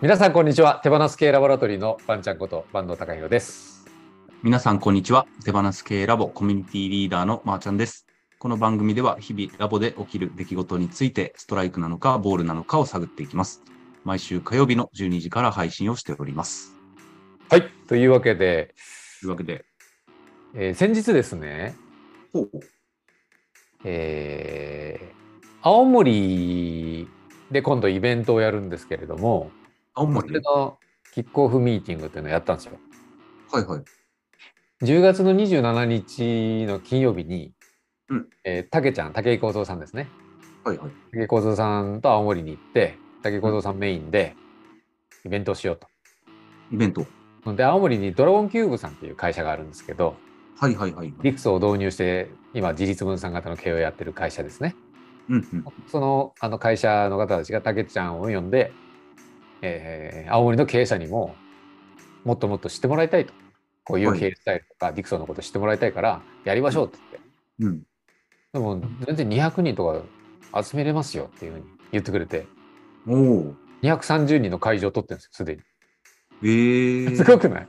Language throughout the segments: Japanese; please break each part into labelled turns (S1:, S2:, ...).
S1: 皆さんこんにちは手放す系ラボラトリーのバンちゃんこと坂東隆弘です
S2: 皆さん、こんにちは。手放す系ラボコミュニティリーダーのまーちゃんです。この番組では日々ラボで起きる出来事について、ストライクなのか、ボールなのかを探っていきます。毎週火曜日の12時から配信をしております。
S1: はいというわけで、
S2: というわけで、
S1: えー先日ですねえー青森で今度イベントをやるんですけれども
S2: 青
S1: そ
S2: 森
S1: れ
S2: で。
S1: のキックオフミーティングっていうのをやったんですよ
S2: はいはい。
S1: 10月の27日の金曜日に、
S2: うん
S1: えー、たけちゃん武井幸三さんですね
S2: はいはい。
S1: 武井幸三さんと青森に行って武井幸三さんメインでイベントをしようと
S2: イベント。
S1: で青森にドラゴンキューブさんっていう会社があるんですけど
S2: はいはいはい。
S1: リクソを導入して今自立分散型の経営をやってる会社ですね
S2: うんうん。
S1: そのあの会社の方たちがたけちゃんを呼んで、えー青森の経営者にももっともっと知ってもらいたいとこうい
S2: は
S1: う
S2: い
S1: 経営スタイルとか、ディクソンのこと知ってもらいたいからやりましょうって言って
S2: うん。
S1: でも全然200人とか集めれますよっていうふうに言ってくれて
S2: おお。
S1: 230人の会場を取ってるんですよすで
S2: ええ
S1: にすごくない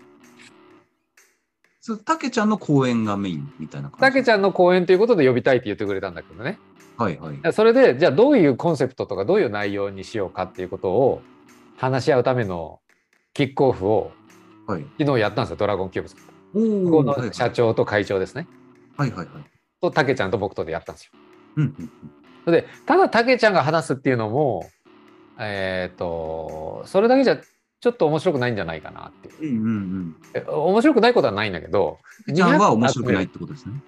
S2: そうたけちゃんの公演がメインみたいな
S1: た
S2: 感じ。
S1: けちゃんの講演ということで呼びたいって言ってくれたんだけどね
S2: はいはい。
S1: それでじゃあどういうコンセプトとかどういう内容にしようかっていうことを話し合うためのキックオフを
S2: はい。
S1: 昨日やったんですよドラゴンキューブさん。
S2: お
S1: こ
S2: お。はいは
S1: の
S2: い
S1: 社長と会長ですね。
S2: はいはいはい。
S1: とたけちゃんと僕とでやったんですよ。
S2: うんうん。
S1: それでただたけちゃんが話すっていうのもえっ、とそれだけじゃちょっと面白くないんじゃないかなっていう
S2: うんうんうん。
S1: え面白くないことはないんだけど
S2: たけちゃんは面白くないってことですね。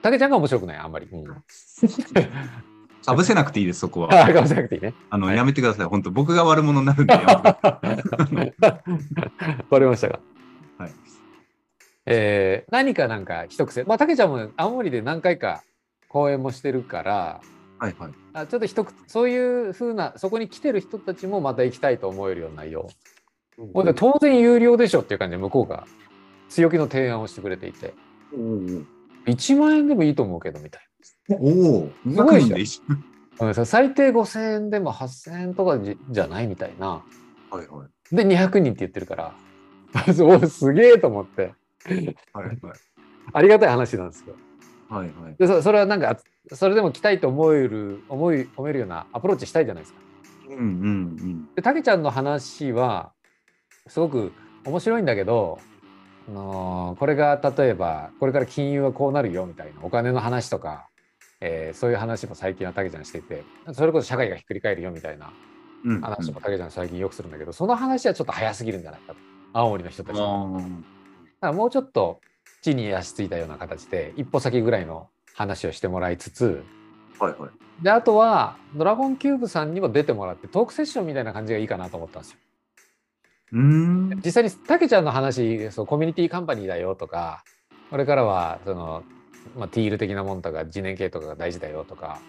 S1: たけちゃんが面白くないあんまり。うん、
S2: かぶせなくていいです、そこは。
S1: あかもしれなくていいね。
S2: あの、
S1: はい
S2: やめてください。本当僕が悪者になるんでやめてくださ
S1: わかりましたか。
S2: い。はい。
S1: えー何かなんか一癖まあたけちゃんも青森で何回か講演もしてるから
S2: はいはい。
S1: あちょっと一口そういうふうなそこに来てる人たちもまた行きたいと思えるような内容、ほんで当然有料でしょっていう感じで向こうが強気の提案をしてくれていて
S2: おー
S1: 1万円でもいいと思うけどみたい
S2: おー、
S1: すごいじゃ
S2: 200
S1: ん
S2: 人で一緒。
S1: なうん最低5000円でも8000円とかじじゃないみたいな
S2: はいはい。
S1: で200人って言ってるから おすげえと思って
S2: はいはい。
S1: ありがたい話なんですよ
S2: はいはい。
S1: でそそれはなんかそれでも来たいと思える思い思えるようなアプローチしたいじゃないですか。
S2: うんうん
S1: でたけちゃんの話はすごく面白いんだけど、あのーこれが例えばこれから金融はこうなるよみたいなお金の話とか、えーそういう話も最近はたけちゃんしててそれこそ社会がひっくり返るよみたいな
S2: うん。うんうん
S1: 話もたけちゃん最近よくするんだけど、その話はちょっと早すぎるんじゃないかと青森の人たちは。だからもうちょっと地に足ついたような形で一歩先ぐらいの話をしてもらいつつ
S2: あーはいはい。
S1: であとはドラゴンキューブさんにも出てもらってトークセッションみたいな感じがいいかなと思ったんですよ。
S2: うーん。
S1: 実際にたけちゃんの話そうコミュニティカンパニーだよとかこれからはその、まあ、ティール的なもんとか次年系とかが大事だよとか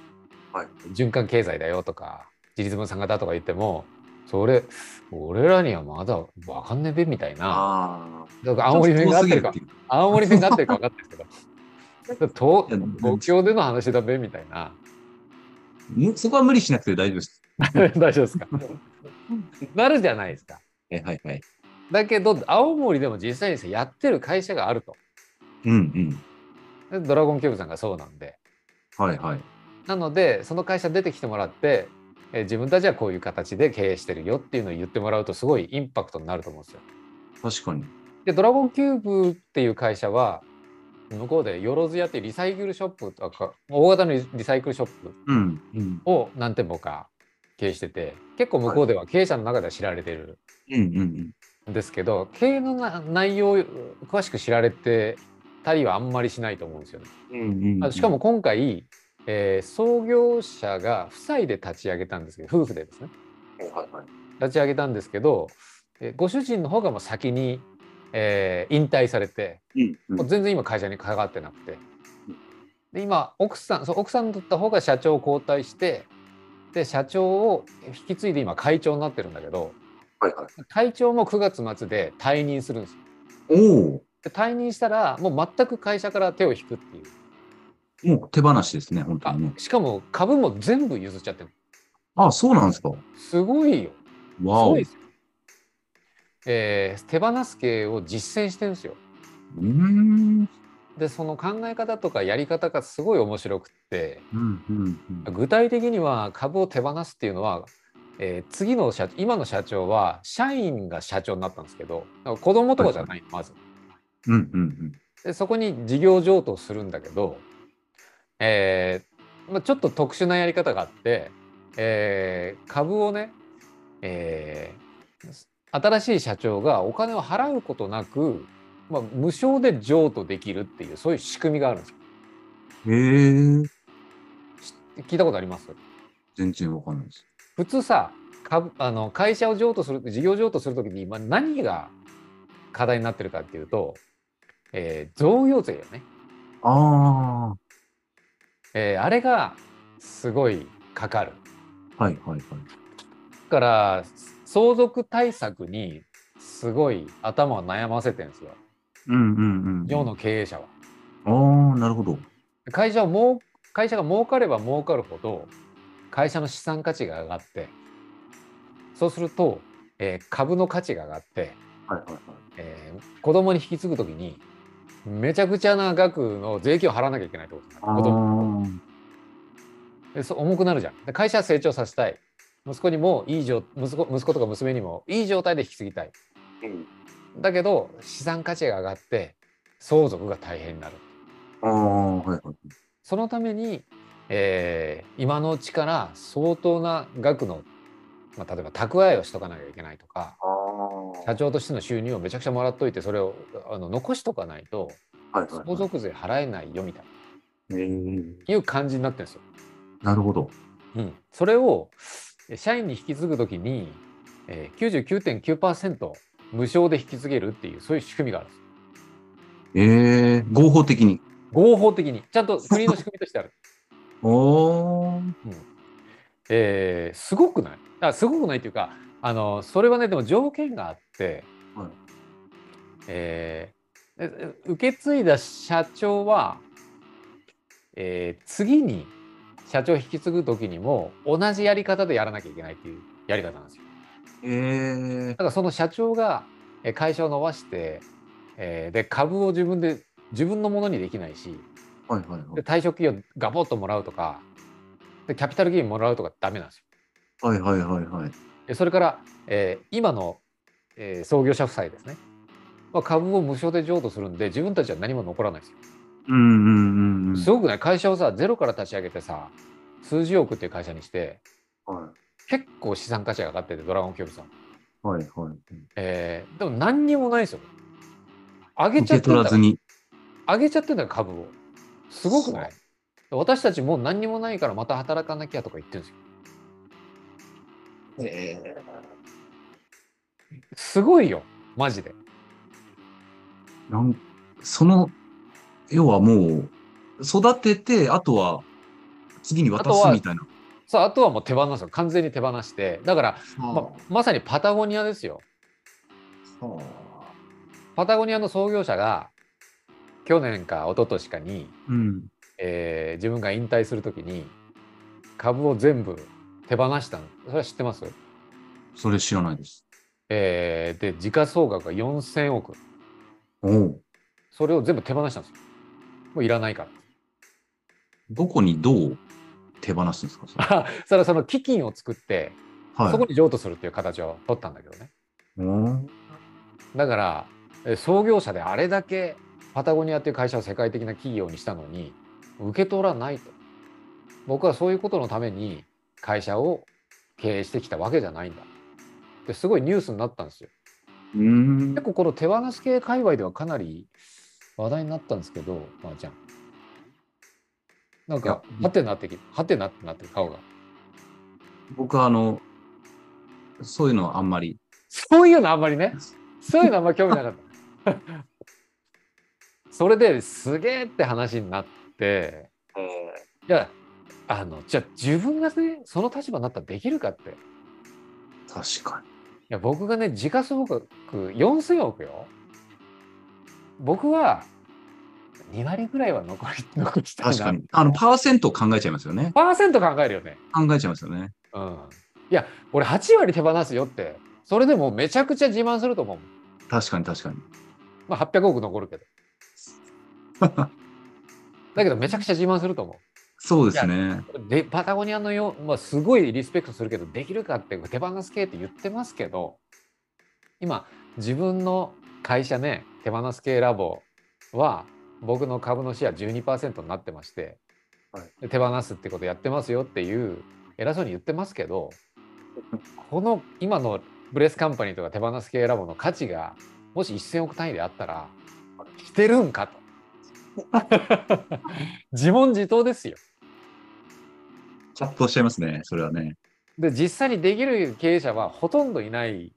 S2: はい。
S1: 循環経済だよとか自立分散型とか言ってもそれ俺らにはまだ分かんねえべみたいな
S2: ああ。
S1: だから青森弁が合ってるか
S2: ちょっと遠すぎっていう
S1: 青森弁が合ってるか分かんないですけどと
S2: いや全然
S1: 東京での話だべみたいな
S2: むそこは無理しなくて大丈夫です。
S1: 大丈夫ですかなるじゃないですか。
S2: はいはいはい。
S1: だけど青森でも実際にですねやってる会社があると
S2: うんうん。
S1: でドラゴンキューブさんがそうなんで
S2: はいはい。
S1: なのでその会社出てきてもらって、えー自分たちはこういう形で経営してるよっていうのを言ってもらうとすごいインパクトになると思うんですよ。
S2: 確かに。
S1: でドラゴンキューブっていう会社は向こうでよろずやっていうリサイクルショップとか大型のリリサイクルショップ
S2: うんうん。
S1: を何店舗か経営してて結構向こうでは経営者の中では知られてる
S2: うんうんうん。
S1: んですけど経営のな内容を詳しく知られてたりはあんまりしないと思うんですよね。
S2: うんうん
S1: あしかも、今回、えー創業者が夫妻で立ち上げたんですけど夫婦でですね
S2: はいはい。
S1: 立ち上げたんですけど、えーご主人の方がもう先に、えー引退されて
S2: うんうん
S1: もう全然今会社に関わってなくてで今奥さんそう奥さんだった方が社長を交代してで社長を引き継いで今会長になってるんだけど
S2: はいはい。
S1: 会長も9月末で退任するんですよ
S2: おお。
S1: で退任したらもう全く会社から手を引くっていう
S2: もう手放しですね、本当
S1: あ
S2: にね。
S1: しかも株も全部譲っちゃってる
S2: あ、そうなんですか。
S1: すごいよ
S2: わ
S1: す
S2: お
S1: ごいで。すよ。えー手放す系を実践してるんですよ。
S2: うーん。
S1: でその考え方とかやり方がすごい面白くって
S2: うんうんうん
S1: 具体的には株を手放すっていうのは、えー次の社今の社長は社員が社長になったんですけどだから子供とかじゃないのまず。
S2: うんうん
S1: でそこに事業譲渡するんだけど、えーまあ、ちょっと特殊なやり方があって、えー株をね、えー新しい社長がお金を払うことなく、まあ、無償で譲渡できるっていうそういう仕組みがあるんですよ
S2: うん。へえ。
S1: 聞いたことあります
S2: 全然わかんないです。
S1: 普通さ株あの会社を譲渡する事業譲渡するときに、まあ、何が課題になってるかっていうと、えー贈与税よね、
S2: あ
S1: えーあれがすごいかかる。
S2: あ。はいはいはい。
S1: だから相続対策にすごい頭を悩ませてるんですよ
S2: うんうんうん。
S1: 世の経営者は。
S2: ああ、なるほど。
S1: 会社をもう会社が儲かれば儲かるほど会社の資産価値が上がってそうすると、えー株の価値が上がって、
S2: はいはいはい。
S1: えー子供に引き継ぐ時にめちゃくちゃな額の税金を払わなきゃいけないってことになる
S2: あ
S1: 子供
S2: あ。
S1: でそう重くなるじゃん。で会社は成長させたい。息子にもいい状息子息子とか娘にもいい状態で引き継ぎたい。だけど資産価値が上がって相続が大変になる。
S2: ああ、はいはい。
S1: そのために、えー今のうちから相当な額の、まあ、例えば蓄えをしとかなきゃいけないとか
S2: ああ。
S1: 社長としての収入をめちゃくちゃもらっといてそれをあの残しとかないと
S2: はいはい、
S1: 相
S2: はい。
S1: 続税払えないよみたい
S2: えー、
S1: ないう感じになってるんですよ。
S2: なるほど。
S1: うん、それをえ社員に引き継ぐときに、えー、99.9%無償で引き継げるっていうそういう仕組みがあるんです
S2: えー、合法的に。
S1: 合法的にちゃんと国の仕組みとしてある、
S2: おー。
S1: えーすごくないあすごくないっていうかあのそれはねでも条件があって、
S2: はい
S1: えーえ受け継いだ社長は、えー次に社長を引き継ぐときにも同じやり方でやらなきゃいけないっていうやり方なんですよ。
S2: えー
S1: だ、からその社長がえー会社を伸ばして、えーで株を自分で自分のものにできないし
S2: はいはいはい
S1: で。退職金をガボッともらうとかでキャピタルゲインもらうとかダメなんですよ
S2: はいはいはいはい。
S1: で。それから、えー今の、えー創業者夫妻ですね、まあ、株を無償で譲渡するんで自分たちは何も残らないですよ。
S2: うんうんうんうん。
S1: すごくない会社をさゼロから立ち上げてさ数十億っていう会社にして
S2: は
S1: 結構資産価値が上がっててドラゴン競技さん、
S2: いはいはい。
S1: えーでも何にもないですよ。上げちゃ
S2: 受
S1: って
S2: け
S1: んだ
S2: 取ら
S1: から
S2: ずに。
S1: 上げちゃってんだよ株をすごくない私たちもう何にもないからまた働かなきゃとか言ってるんですよ
S2: えー、
S1: すごいよマジで
S2: なんその、要はもう、育てて、あとは、次に渡すみたいな。
S1: さああとはもう手放すよ完全に手放してだからままさにパタゴニアですよ
S2: あはあ
S1: パタゴニアの創業者が去年か一昨年かに、
S2: うん。
S1: えー自分が引退するときに株を全部手放したのそれは知ってます、
S2: それ知らないです。
S1: えーで時価総額が4000億
S2: おお。
S1: それを全部手放したんですよもういらないから
S2: どこにどう手放すんですか それ
S1: それはその基金を作って
S2: はい。
S1: そこに譲渡するっていう形を取ったんだけどね。
S2: うん
S1: だから、え創業者であれだけパタゴニアっていう会社を世界的な企業にしたのに、受け取らないと。僕はそういうことのために会社を経営してきたわけじゃないんだ。ですごいニュースになったんですよ。
S2: うーん
S1: 結。構この手放し系界隈ではかなり話題になったんですけど、まー、ちゃん。なんか
S2: い、や
S1: はてなってき、はてなってなってる顔が。
S2: 僕はあの、そういうのはあんまり。
S1: そういうのあんまりね、そういうのあんまり興味なかった。それですげえって話になって、いや、あの、じゃあ自分がね、その立場になったらできるかって。い
S2: 確か
S1: や、僕がね、時価総額4000億よ。僕は2割ぐらいは残り、残したいな。
S2: 確かに。あの、パーセントを考えちゃいますよね。
S1: パーセント考えるよね。
S2: 考えちゃいますよね。
S1: うん。いや、俺8割手放すよってそれでもめちゃくちゃ自慢すると思うもん。
S2: 確かに確かに。
S1: まあ、800億残るけど。だけどめちゃくちゃ自慢すると思
S2: そうですね。
S1: う。で、パタゴニアのよう、まあ、すごいリスペクトするけど、できるかって手放す系って言ってますけど、今、自分の会社ね、手放す系ラボは、僕の株のシェア12%になってまして、
S2: はい
S1: で手放すってことやってますよっていう、偉そうに言ってますけ ど、この今のブレスカンパニーとか手放す系ラボの価値が、もし1000億単位であったら、してるんか と。自問自答ですよ。
S2: チャットしちゃいますね、それはね。
S1: で実際にできる経営者はほとんどいない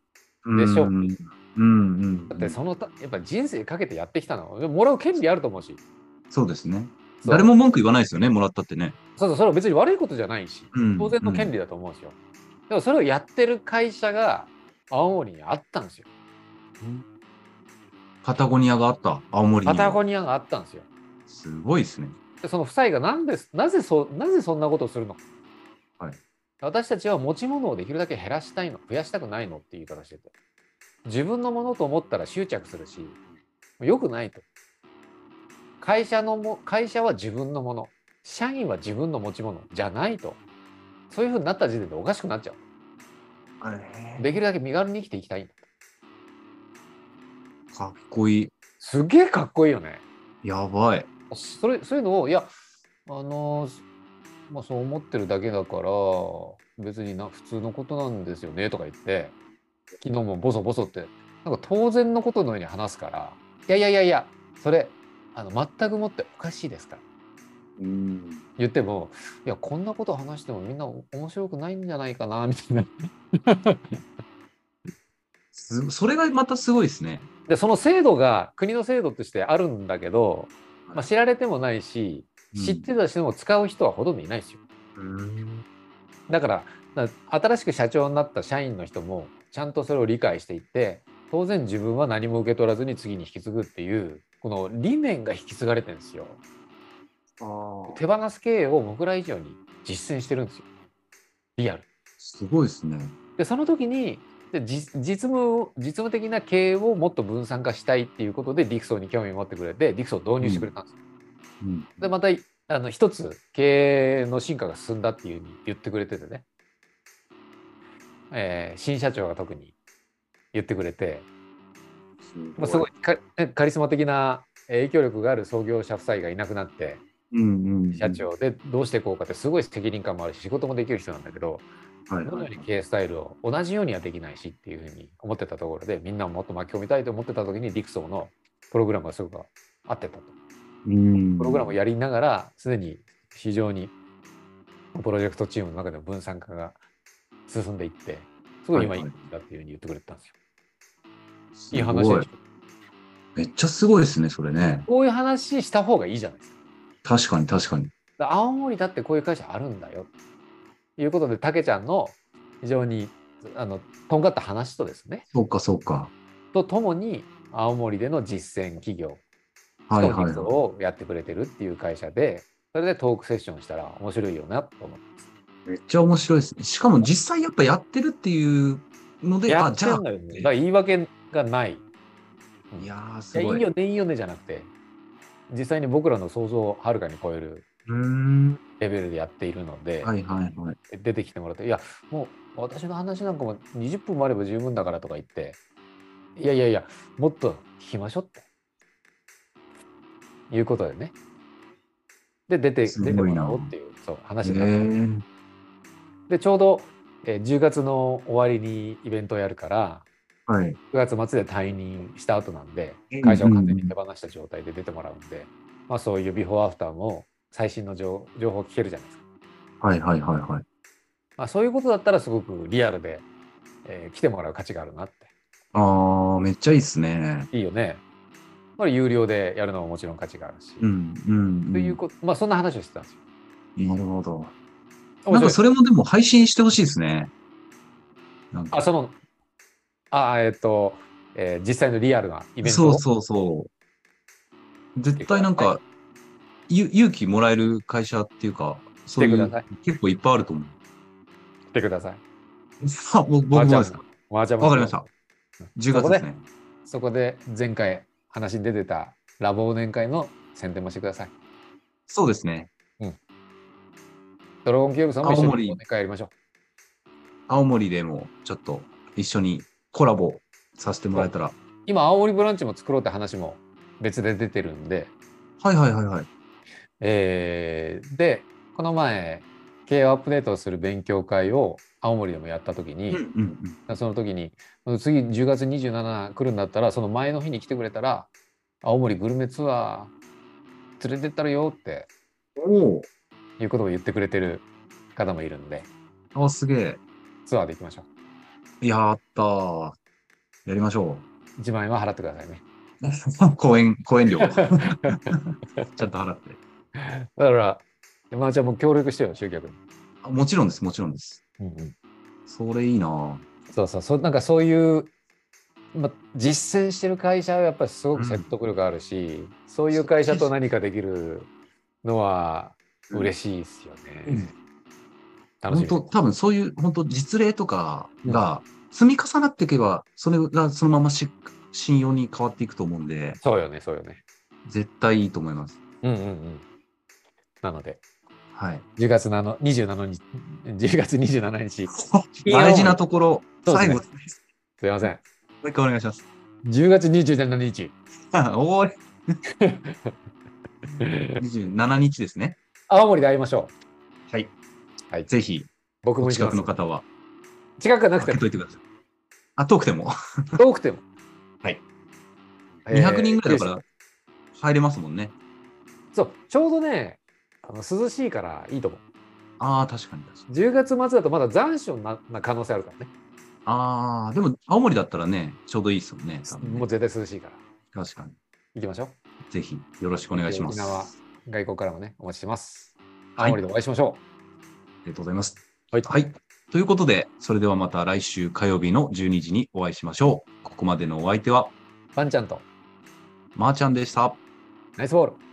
S1: でしょう
S2: うんうんうん。
S1: だってそのたやっぱ人生かけてやってきたのでもらう権利あると思うし
S2: そうですね。
S1: そう
S2: 誰も文句言わないですよね、もらったってね。
S1: そうそうそれは別に悪いことじゃないし
S2: うん
S1: 当然の権利だと思うんですよ、でもそれをやってる会社が青森にあったんですよ
S2: パタゴニアがあった、青森に
S1: パ
S2: も。
S1: タゴニアがあったんですよ
S2: すごいですね。
S1: でその夫妻がなんですなぜそうなぜそんなことをするのか、
S2: はい
S1: 私たちは持ち物をできるだけ減らしたいの増やしたくないのって言い方してて自分のものと思ったら執着するし良くないと会社のも会社は自分のもの社員は自分の持ち物じゃないとそういうふうになった時点でおかしくなっちゃうできるだけ身軽に生きていきたいんだ
S2: かっこいい。
S1: すげえかっこいいよね
S2: やばい。
S1: それそういうのをいやあのーまあそう思ってるだけだから別にな普通のことなんですよねとか言って昨日もボソボソってなんか当然のことのように話すからいやいやいやいやそれあの全くもっておかしいですから
S2: うん。
S1: 言ってもいやこんなこと話してもみんな面白くないんじゃないかなみたいな
S2: すそれがまたすごいですね。
S1: でその制度が国の制度としてあるんだけど、まあ、知られてもないし知ってた人も使う人はほとんどいないですよ
S2: うん
S1: だからだ新しく社長になった社員の人もちゃんとそれを理解していって当然自分は何も受け取らずに次に引き継ぐっていうこの理念が引き継がれてるんですよ手放す経営を僕ら以上に実践してるんですよリアル
S2: すごいですね。
S1: でその時にで実実務実務的な経営をもっと分散化したいっていうことでディクソーに興味を持ってくれてディクソーを導入してくれたんですよ、
S2: うん
S1: でまたあの一つ経営の進化が進んだっていうふうに言ってくれててね、えー新社長が特に言ってくれて、まあ、すごいかカリスマ的なえー影響力がある創業者夫妻がいなくなって
S2: うんうん、
S1: 社長でどうしていこうかってすごい責任感もあるし仕事もできる人なんだけど
S2: はい
S1: どの
S2: は
S1: よう
S2: い
S1: に経営スタイルを同じようにはできないしっていうふうに思ってたところでみんなをもっと巻き込みたいと思ってた時にディクソーのプログラムがすごく合ってたと。
S2: うん
S1: プログラムをやりながら、すでに非常にプロジェクトチームの中でも分散化が進んでいって、すごい今
S2: はい
S1: い
S2: はい
S1: んだっていうふうに言ってくれたんですよ。
S2: す
S1: い
S2: ご
S1: い話でしょ
S2: めっちゃすごいですね、それね。
S1: こういう話した方がいいじゃないですか。
S2: 確かに確かに。
S1: だ青森だってこういう会社あるんだよ。ということで、たけちゃんの非常にあのとんがった話とですね、
S2: そうかそうか。
S1: とともに青森での実践企業、
S2: はい
S1: と
S2: はいはい。
S1: 実をやってくれてるっていう会社で、それでトークセッションしたら面白いよなと思って。
S2: めっちゃ面白いですね。しかも実際やっぱやってるっていうので、
S1: や
S2: あ、
S1: っ
S2: じ
S1: て
S2: ゃ
S1: ん
S2: あ。
S1: だよね。だから言い訳がない。
S2: いやー、
S1: い
S2: す
S1: やい
S2: ごい。
S1: いよねいいよねじゃなくて実際に僕らの想像をはるかに超える
S2: うーん。
S1: レベルでやっているので、
S2: はいはいはい。
S1: 出てきてもらって「いやもう私の話なんかも20分もあれば十分だから」とか言って「いやいやいやもっと聞きましょう」っていうことでねで出て
S2: す
S1: 出
S2: ご
S1: て
S2: いな
S1: もらおうっていうそう話
S2: え
S1: になった、
S2: ー、
S1: でちょうど、えー10月の終わりにイベントをやるから
S2: はい。
S1: 9月末で退任した後なんで
S2: うん
S1: 会社を完全に手放した状態で出てもらうんで、まあ、そういうビフォーアフターも最新の情情報を聞けるじゃないですか、
S2: はいはいはいはい。
S1: まあ、そういうことだったらすごくリアルで、えー来てもらう価値があるなっ
S2: あー、めっちゃいいですね。
S1: ていいよねこれ有料でやるのももちろん価値があるし、
S2: うんうん、うん。
S1: ということまあそんな話をしてたんですよ
S2: なるほど。な
S1: 面白
S2: んか
S1: い
S2: それもでも配信してほしいですね。なんか
S1: あそのあえっ、と、えー実際のリアルなイベント
S2: そ
S1: を
S2: うそうそう。絶対なんか、ゆ勇気もらえる会社っていうか、そうい
S1: 来てくだ
S2: う
S1: さい
S2: 結構いっぱいあると思う。
S1: 来てください
S2: あ僕僕もですか
S1: まマージャン
S2: わかりました。10月ですね。
S1: そこで前回話に出てたラボ忘年会の宣伝もしてください。
S2: そうですね。
S1: ドラゴンキューブさんも一緒
S2: 青
S1: に忘
S2: 森
S1: 年会やりましょう。
S2: 青森でもちょっと一緒にコラボさせてもらえたら。
S1: 今、青森ブランチも作ろうって話も別で出てるんで、
S2: はいはいはいはい。
S1: えーで、この前、経営をアップデートする勉強会を青森でもやった時
S2: う
S1: に
S2: ん、うんうん。
S1: その時に、次10月27来るんだったら、その前の日に来てくれたら、青森グルメツアー連れてったらよって
S2: お
S1: いうことを言ってくれてる方もいるんで、
S2: お。あ、すげえ。
S1: ツアーで行きましょ
S2: やったー。やりましょ
S1: う。1万円は払ってくださいね。
S2: う。 公演、公演料。ちゃんと払って。
S1: だから、まあ、じゃあもう協力してよ、集客に。
S2: あもちろんです、もちろんです。それいいなー
S1: そうそうそう、なんかそういう、まあ、実践してる会社はやっぱりすごく説得力あるし、そういう会社と何かできるのは嬉しいですよね。
S2: うん
S1: 楽し
S2: 本
S1: み。
S2: 当多分そういう本当実例とかが積み重なっていけば、それがそのままし信用に変わっていくと思うんで、
S1: そうよね、そうよね。
S2: 絶対いいと思います。
S1: うんうんうん。なので、
S2: はい。
S1: 10月7 27日、10月27日、
S2: 大事なところ、
S1: そうです
S2: 最
S1: ね
S2: 後です。
S1: すいません。
S2: もう一回お願いします。
S1: 10月27日。
S2: おーい、27日ですね。
S1: 青森で会いましょう。
S2: はい。
S1: はい
S2: ぜひ、
S1: 僕も
S2: お
S1: 行き
S2: 近
S1: ま
S2: く
S1: す
S2: の。方は、
S1: 近くはなく
S2: 開
S1: て
S2: け
S1: も、
S2: といてください。あ、遠くても。
S1: 遠くても。
S2: はい
S1: えー。
S2: 200人ぐらいだから、入れますもんね。
S1: そう、ちょうどね、あの涼しいからいいと思う。
S2: ああ、確かに確かに。
S1: 10月末だとまだ残暑なな可能性あるからね。
S2: ああ、でも、青森だったらね、ちょうどいいですもんね。多分ね
S1: もう絶対涼しいから。
S2: 確かに。
S1: 行きましょう。
S2: ぜひ、よろしくお願いしま
S1: 沖
S2: す。
S1: 縄外交からもね、お待ちしてます。青
S2: はい、あ
S1: 森
S2: り
S1: でお会いしましょ
S2: がとうございます。
S1: う。はい。
S2: はい。ということで、それではまた来週火曜日の12時にお会いしましょう。ここまでのお相手は、
S1: ワンちゃんと
S2: まーちゃんでした。
S1: ナイスボール。